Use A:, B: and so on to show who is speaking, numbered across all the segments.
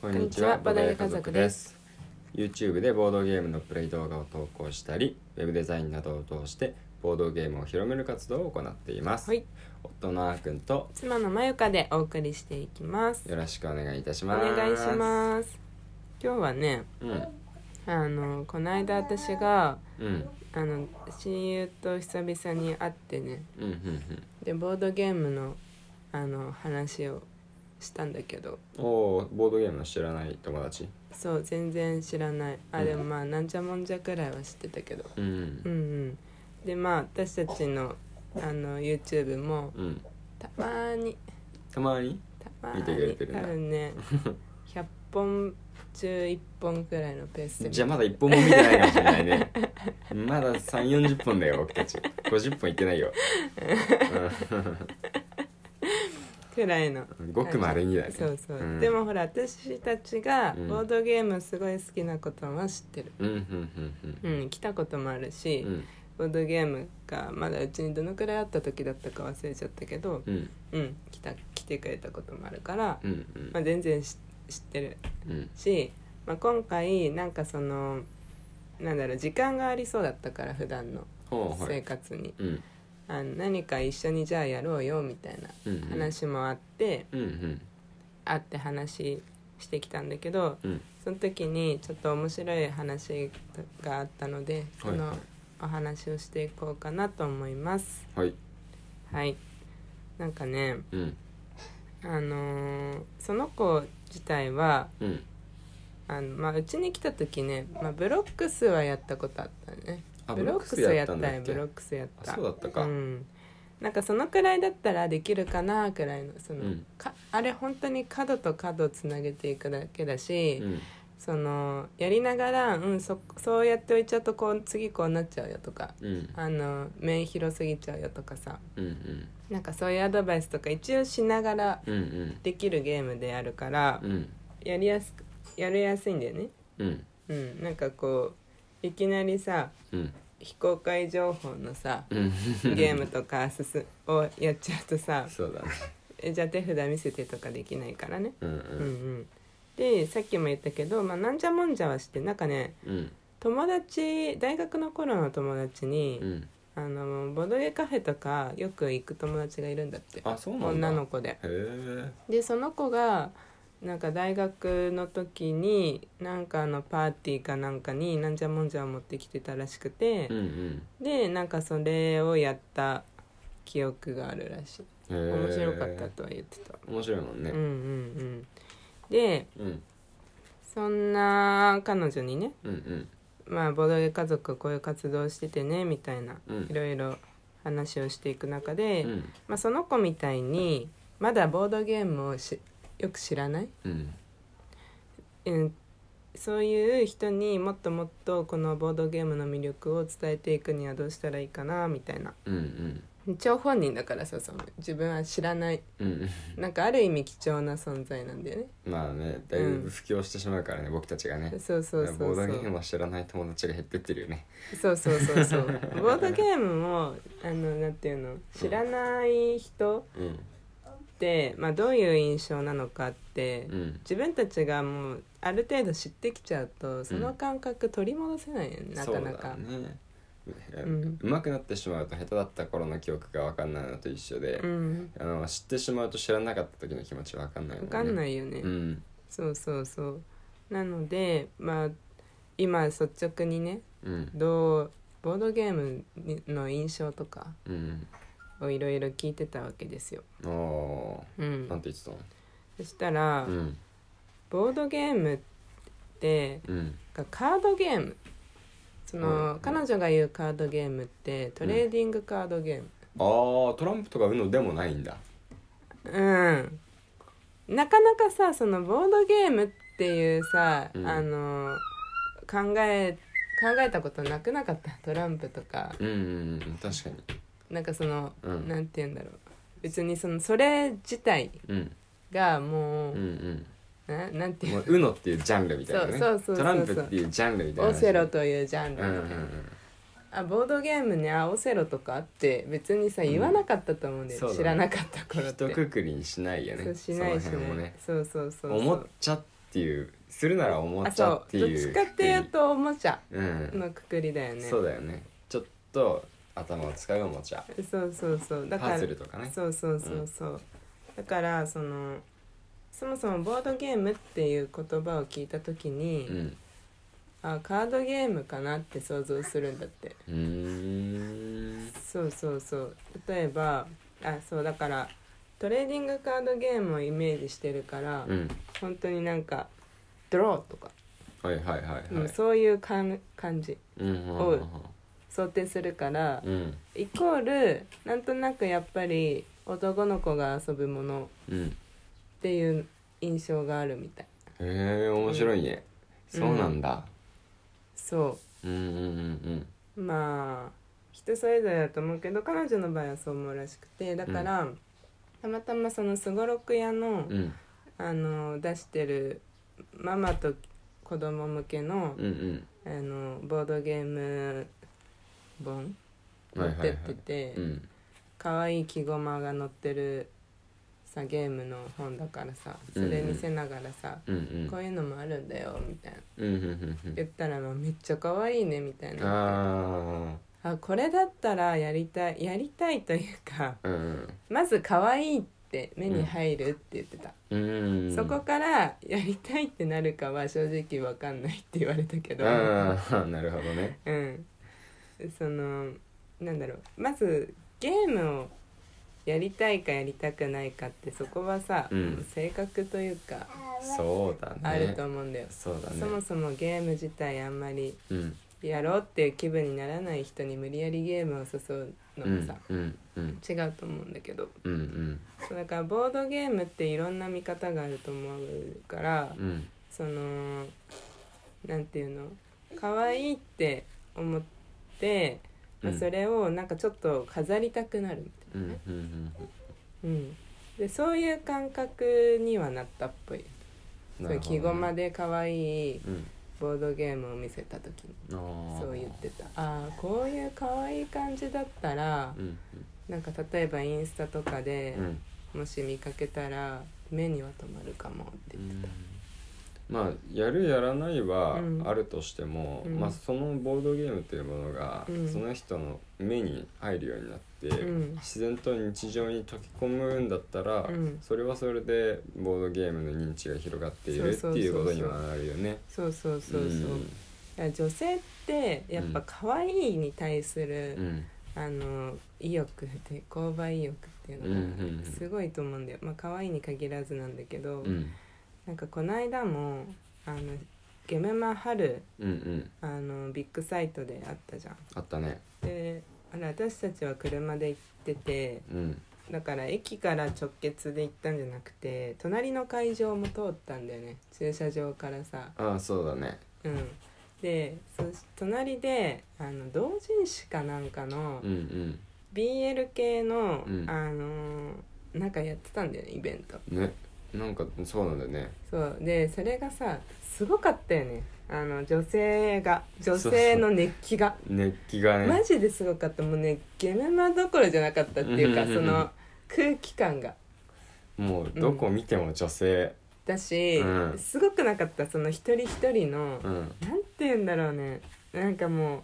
A: こんにちはバダイ家族です YouTube でボードゲームのプレイ動画を投稿したりウェブデザインなどを通してボードゲームを広める活動を行っています、
B: はい
A: 夫のあーくんと
B: 妻のまゆかでお送りしていきます
A: よろしくお願いいたし
B: お
A: ます
B: 願いします今日はね
A: うん
B: あのこの間私が
A: うん
B: あの親友と久々に会ってね
A: うんうん
B: でボードゲームのあの話をしたんだけど
A: うんおおボードゲームの知らない友達
B: そう全然知らないあ
A: うん
B: でもまあなんじゃもんじゃくらいは知ってたけど
A: う
B: うんんうんでまあ私たちのあの YouTube も
A: うん
B: たまーに
A: たまに
B: たまーに
A: 見てくれてるん
B: 多
A: だ
B: 分ね100本中1本くらいのペースで
A: じゃあまだ一本も見てないかもしれないねまだ3 4 0本だよ僕たち50本いってないよ
B: くらいの
A: ごくまれにだね
B: そうそう、
A: ん
B: でもほら私たちが
A: うん
B: ボードゲームすごい好きなことは知ってる
A: うんうんうん
B: う、
A: うんん
B: 来たこともあるし、
A: うん
B: ボードゲームがまだうちにどのくらいあった時だったか忘れちゃったけど
A: うん
B: うん来た来てくれたこともあるから、
A: うんうん
B: まあ、全然し知ってる
A: うん
B: し、まあ、今回なんかそのなんだろう時間がありそうだったから普段の
A: ほうは
B: 生
A: い
B: 活に、
A: うん
B: あの何か一緒にじゃあやろうよみたいな
A: うんうん
B: 話もあって、
A: うんうん
B: 会って話してきたんだけど
A: うん
B: その時にちょっと面白い話があったのでそ
A: はい
B: のお話をしていこうかなと思います
A: はい
B: はいなんかね
A: うん
B: あのーその子自体は
A: うん
B: あのまあうちに来た時ね、まあ、ブロックスはやったことあったね
A: あ
B: ブロックスやった
A: ブロ
B: よ
A: ックス
B: ブロ
A: や
B: ックスやっ
A: あ
B: た
A: そうだったか
B: うん、なんかそのくらいだったらできるかなくらいのその、
A: うん
B: かあれ本当に角と角をつなげていくだけだし、
A: うん
B: そのやりながら、うん、そそうやっておいちゃうとこう次こうなっちゃうよとか
A: うん
B: あの面広すぎちゃうよとかさ
A: うんうん
B: なんかそういうアドバイスとか一応しながら
A: うんうん
B: できるゲームであるから、
A: うん
B: やりやすくやりやすいんだよね。
A: うん
B: うん、なんかこういきなりさ
A: うん
B: 非公開情報のさ
A: うん
B: ゲームとかすすをやっちゃうとさ
A: そうだね
B: えじゃあ手札見せてとかできないからね。
A: うん
B: うんうん、でさっきも言ったけど、まあ、なんじゃもんじゃはしてなんかね
A: うんうん
B: 友達大学の頃の友達に、
A: うん
B: あのボドゲカフェとかよく行く友達がいるんだって
A: あそうなんだ
B: 女の子で
A: へえ
B: でその子がなんか大学の時になんかあのパーティーかなんかになんじゃもんじゃを持ってきてたらしくて
A: う、ん
B: でなんかそれをやった記憶があるらしい
A: うんへえ
B: 面白かったとは言ってた、
A: 面白いもん
B: うんう
A: ね
B: んうんで
A: うん
B: そんな彼女にね
A: うんうん
B: まあ、ボドゲ家族こういう活動しててねみたいな、
A: うん
B: いろいろ話をしていく中で、
A: うん
B: まあ、その子みたいにまだボードゲームをしよく知らない、
A: うん
B: うん、そういう人にもっともっとこのボードゲームの魅力を伝えていくにはどうしたらいいかなみたいな
A: うんうん
B: 一応本人だからさその自分は知らない
A: うん
B: なんかある意味貴重な存在なんだよね
A: まあねだいぶ布教してしまうからね、僕たちがね
B: そうそうそうそう
A: ボードゲームは知らない友達が減ってってるよね
B: そうそうそう そうボードゲームをあのなんていうの知らない人、
A: うん
B: って、まあ、どういう印象なのかって、
A: うん
B: 自分たちがもうある程度知ってきちゃうとその感覚取り戻せないよね、なかなか
A: そうだねう
B: うん
A: まくなってしまうと下手だった頃の記憶が分かんないのと一緒で、
B: うん
A: あの知ってしまうと知らなかった時の気持ち分かんないもん
B: 分
A: ね
B: かんないいよね、
A: うん
B: そうそうそうなのでまあ今率直にね
A: うん
B: どうボードゲームにの印象とか
A: うん
B: をいろいろ聞いてたわけですよ、
A: おお
B: う
A: ーなん
B: ん、
A: て言ってたの
B: そしたら、
A: うん
B: ボードゲームって
A: うん
B: がカードゲームその、
A: うん
B: 彼女が言うカードゲームってトレーディングカードゲーム
A: ああトランプとか UNO でもないんだ
B: うん、なかなかさそのボードゲームっていうさ、
A: うん
B: あの考え考えたことなくなかったトランプとか
A: うんうんうん確かに
B: なんかその、
A: うん
B: なんて言うんだろう別にそのそれ自体
A: うん
B: がも
A: う
B: う、
A: ん
B: ななんて
A: うん
B: 言
A: も
B: う
A: う UNO っていうジャンルみたいなね
B: そうそうそうそう
A: トランプっていうジャンルみたい
B: の
A: な
B: オセロ
A: と
B: というジャン
A: うん
B: ル
A: うん
B: み
A: う
B: たいな、
A: ん
B: あボードゲームにあオセロとかあって別にさ
A: うん
B: 言わなかったと思うんだよ、
A: そうだね
B: 知らなかった頃っ
A: ひ
B: て
A: とくくりにしないよ
B: そ
A: ね
B: うしないし
A: その辺も
B: ね
A: ね
B: そうそうそうそう
A: 思っちゃっっていうするならおも
B: あ
A: ちゃ
B: そ
A: って
B: うどっ
A: いう
B: ちかっていうとおもちゃ
A: うん、
B: のくくりだよね
A: そうだよねちょっと頭を使うおもちゃ
B: そうそうそうだから
A: パズルとかね
B: そうそうそうそう、だからそのそもそもボードゲームっていう言葉を聞いた時に、
A: うん
B: あカードゲームかなって想像するんだって
A: うーん
B: そうそうそう例えばあそうだからトレーディングカードゲームをイメージしてるから、
A: うん
B: 本当になんかドローとか、
A: はいはいはいはい
B: うんそういう感感じ
A: うんうん
B: おう想定するから、
A: うん
B: イコールなんとなくやっぱり男の子が遊ぶもの
A: うんへ
B: っていう印象があるみたい
A: え面白いね、
B: うん
A: そうなんだ
B: そ
A: うんうんうん
B: うまあ人それぞれだと思うけど彼女の場合はそう思うらしくてだから、たまたまそのすごろく屋の,、
A: うんうん
B: あの出してるママと子供向けの,、
A: うんうん
B: あのボードゲーム本持
A: はい
B: っ
A: はい
B: て
A: は
B: っ
A: い
B: てて
A: うん
B: 可愛、いい木駒が載ってるさゲームの本だからさそれ見せながらさ、
A: うん
B: こういうのもあるんだよみたいな
A: うんうんうんうん
B: 言ったらまあめっちゃ可愛いねみたい
A: うん
B: な
A: あ
B: あこれだったらやりたいやりたいというか
A: あうん
B: まず可愛いって目に入るって言ってた、
A: うんうん
B: そこからやりたいってなるかは正直わかんないって言われたけど
A: ああ なるほどね
B: うんそのなんだろうまずゲームをやりたいかやりたくないかってそこはさ、
A: うん
B: 性格というか
A: そうだね
B: あると思うんだよ、
A: そうだね
B: そもそもゲーム自体あんまり
A: うん
B: やろうっていう気分にならない人に無理やりゲームを誘う
A: う
B: のも
A: ん
B: さ、
A: うんうん
B: 違うと思うんだけど
A: うんうん
B: そうだからボードゲームっていろんな見方があると思うから
A: うん
B: そのなんていうの可愛いって思って、まあ
A: うん
B: それをなんかちょっと飾りたくなる
A: う
B: みたいなね
A: ん、うんうん
B: うん、でそういう感覚にはなったっぽい、
A: うん
B: そういう
A: なる
B: 木
A: ほど
B: 駒
A: ね
B: で可愛い
A: うん
B: ボードゲームを見せた時に
A: あー
B: そう言ってたああこういう可愛い感じだったら
A: うん
B: なんか例えばインスタとかで
A: うんうん
B: もし見かけたら目には留まるかもって言ってた
A: まあやるやらないは
B: うん
A: あるとしても、
B: うん
A: まあ、そのボードゲームというものが、
B: うん
A: その人の目に入るようになって、
B: うん
A: 自然と日常に溶け込むんだったら、
B: うん
A: それはそれでボードゲームの認知が広がっているって
B: そうそうそうそ
A: い
B: う
A: うことにはなるよね。
B: そうそうそうそう、
A: ん
B: だから女性ってやっぱ可愛いに対する、
A: うん
B: あの意欲で購買意欲っていうの
A: うんうんうん
B: がすごいと思うんだよ、まあ可愛いに限らずなんだけど、
A: うん
B: なんかこの間もあのゲメマ春
A: うんうん
B: あのビッグサイトであったじゃん。
A: あったね。
B: であれ私たちは車で行ってて
A: うん
B: だから駅から直結で行ったんじゃなくて隣の会場も通ったんだよね駐車場からさ
A: ああそうだね。
B: うんでそ隣であの同人誌かなんかの
A: うん
B: BL 系の、
A: うん
B: あのーなんかやってたんだよねイベント
A: うんねなんかそうなんだよね。
B: そうでそれがさすごかったよねあの女性が女性の熱気が
A: 熱気がね。
B: マジですごかったもうねゲメマどころじゃなかったっていうか
A: うんうん
B: そ
A: うん
B: の空気感が
A: もうどこ見ても女性、
B: だし、
A: うん
B: すごくなかったその一人一人の、
A: うん、
B: なんて言うんだろうねなんかもう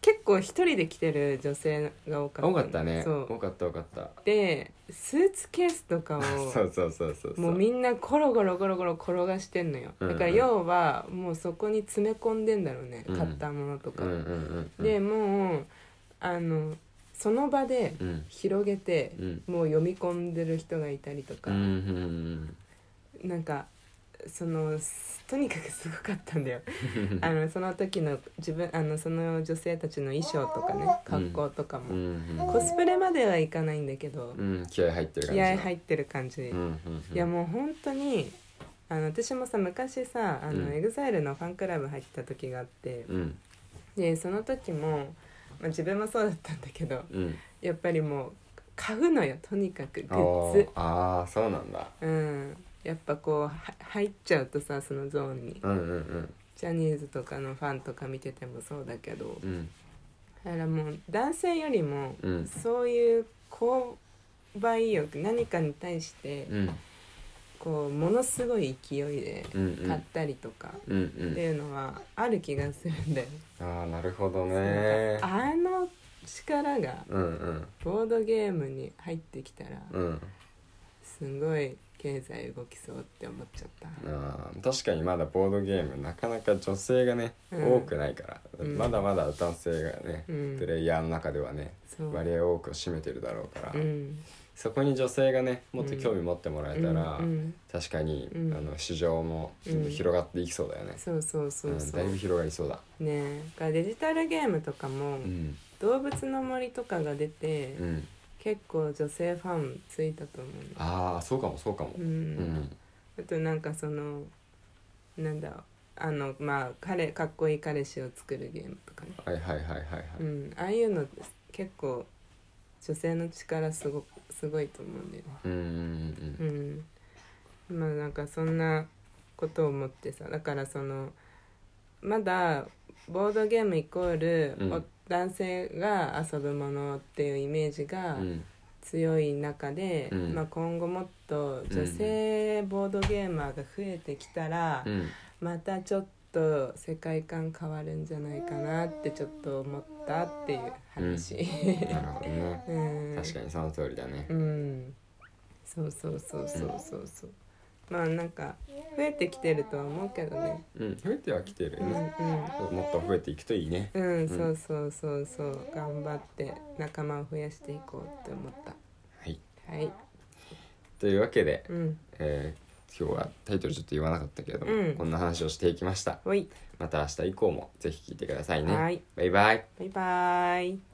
B: 結構一人で来てる女性が多かった
A: 多かったね
B: そう
A: 多かった多かった
B: でスーツケースとかを
A: そうそうそうそう
B: もうみんなゴロゴロゴロゴロ転がしてんのよ
A: うん
B: だ
A: うん
B: から要はもうそこに詰め込んでんだろうね、
A: うん
B: 買ったものとか、
A: うんうんうんうん
B: でもうあのその場で
A: うん
B: 広げて、
A: うん
B: もう読み込んでる人がいたりとか、
A: うんうん
B: なんかそのとにかくすごかったんだよ
A: うん
B: あのその時の自分あのその女性たちの衣装とかね格好とか
A: う
B: も、
A: ん
B: コスプレまではいかないんだけど、
A: うんうん気合入ってる感
B: 気
A: じ
B: 合入
A: っ
B: ってる感じ、
A: てうんうんうん
B: いやもう本当にあの私もさ昔さあの、
A: うん
B: EXILE のファンクラブ入ってた時があって
A: うん
B: でその時も、まあ、自分もそうだったんだけど
A: うん
B: やっぱりもう買うのよとにかくグ
A: あ
B: ッズ
A: ーあーそうなんだ
B: うんやっぱこうは入っちゃうとさそのゾーンに
A: うんうん
B: ジャニーズとかのファンとか見ててもそうだけど、
A: うんうん
B: だからもう男性よりも
A: うん
B: そういう購買意欲何かに対して
A: うん
B: こうものすごい勢いで
A: うんう
B: 買っ
A: ん
B: たりとか
A: うん
B: って
A: うん
B: いうのはある気がするんだよ、
A: ああなるほどね
B: あの力が
A: うんうん
B: ボードゲームに入ってきたら
A: うん
B: すごい経済動きそうって思っちゃった
A: あー確かにまだボードゲームなかなか女性がね、
B: うん
A: 多くないから、
B: うん
A: まだまだ男性がね、
B: うん
A: プレイヤーの中ではね
B: そう
A: 割合多くを占めてるだろうから、
B: うん
A: そこに女性がねもっと興味持ってもらえたら、
B: うんうん
A: 確かに、
B: うん
A: あの市場もどんどん広がっていきそうだよね、
B: そうそうそう
A: うん
B: そ
A: だ
B: う、
A: いぶ広がりそうだ
B: ねえだからデジタルゲームとかも、
A: うん
B: 動物の森とかが出て、
A: うん
B: 結構女性ファンついたと思う
A: ああそうかもそうかも
B: う、
A: うんん
B: あとなんかそのなんだろうあのまあ彼かっこいい彼氏を作るゲームとかね、
A: はいはいはいはいは
B: う
A: い、
B: ん、ああいうの結構女性の力すごすごいと思うんだよね
A: うん、うんうん
B: うん、まあなんかそんなことを思ってさだからそのまだボードゲームイコール、
A: うん
B: お男性が遊ぶものっていうイメージが
A: うん
B: 強い中で、
A: うん
B: まあ、今後もっと女性ボードゲーマーが増えてきたら、
A: うん
B: またちょっと世界観変わるんじゃないかなってちょっと思ったっていう話。
A: なるほどね
B: うん
A: 確かにその通りだね
B: うんそうそうそうそうそうそうまあなんか増えてきてるとは思うけどね
A: うん増えてはきてる
B: うん
A: ね、もっと増えていくといいね
B: うんうんそうそうそうそう頑張って仲間を増やしていこうって思った
A: はい
B: はい
A: というわけで、
B: うん
A: えー今日はタイトルちょっと言わなかったけれども、
B: うん
A: こんな話をしていきました
B: ほい
A: また明日以降もぜひ聞いてくださいね
B: はい
A: バイバイ
B: バイバイ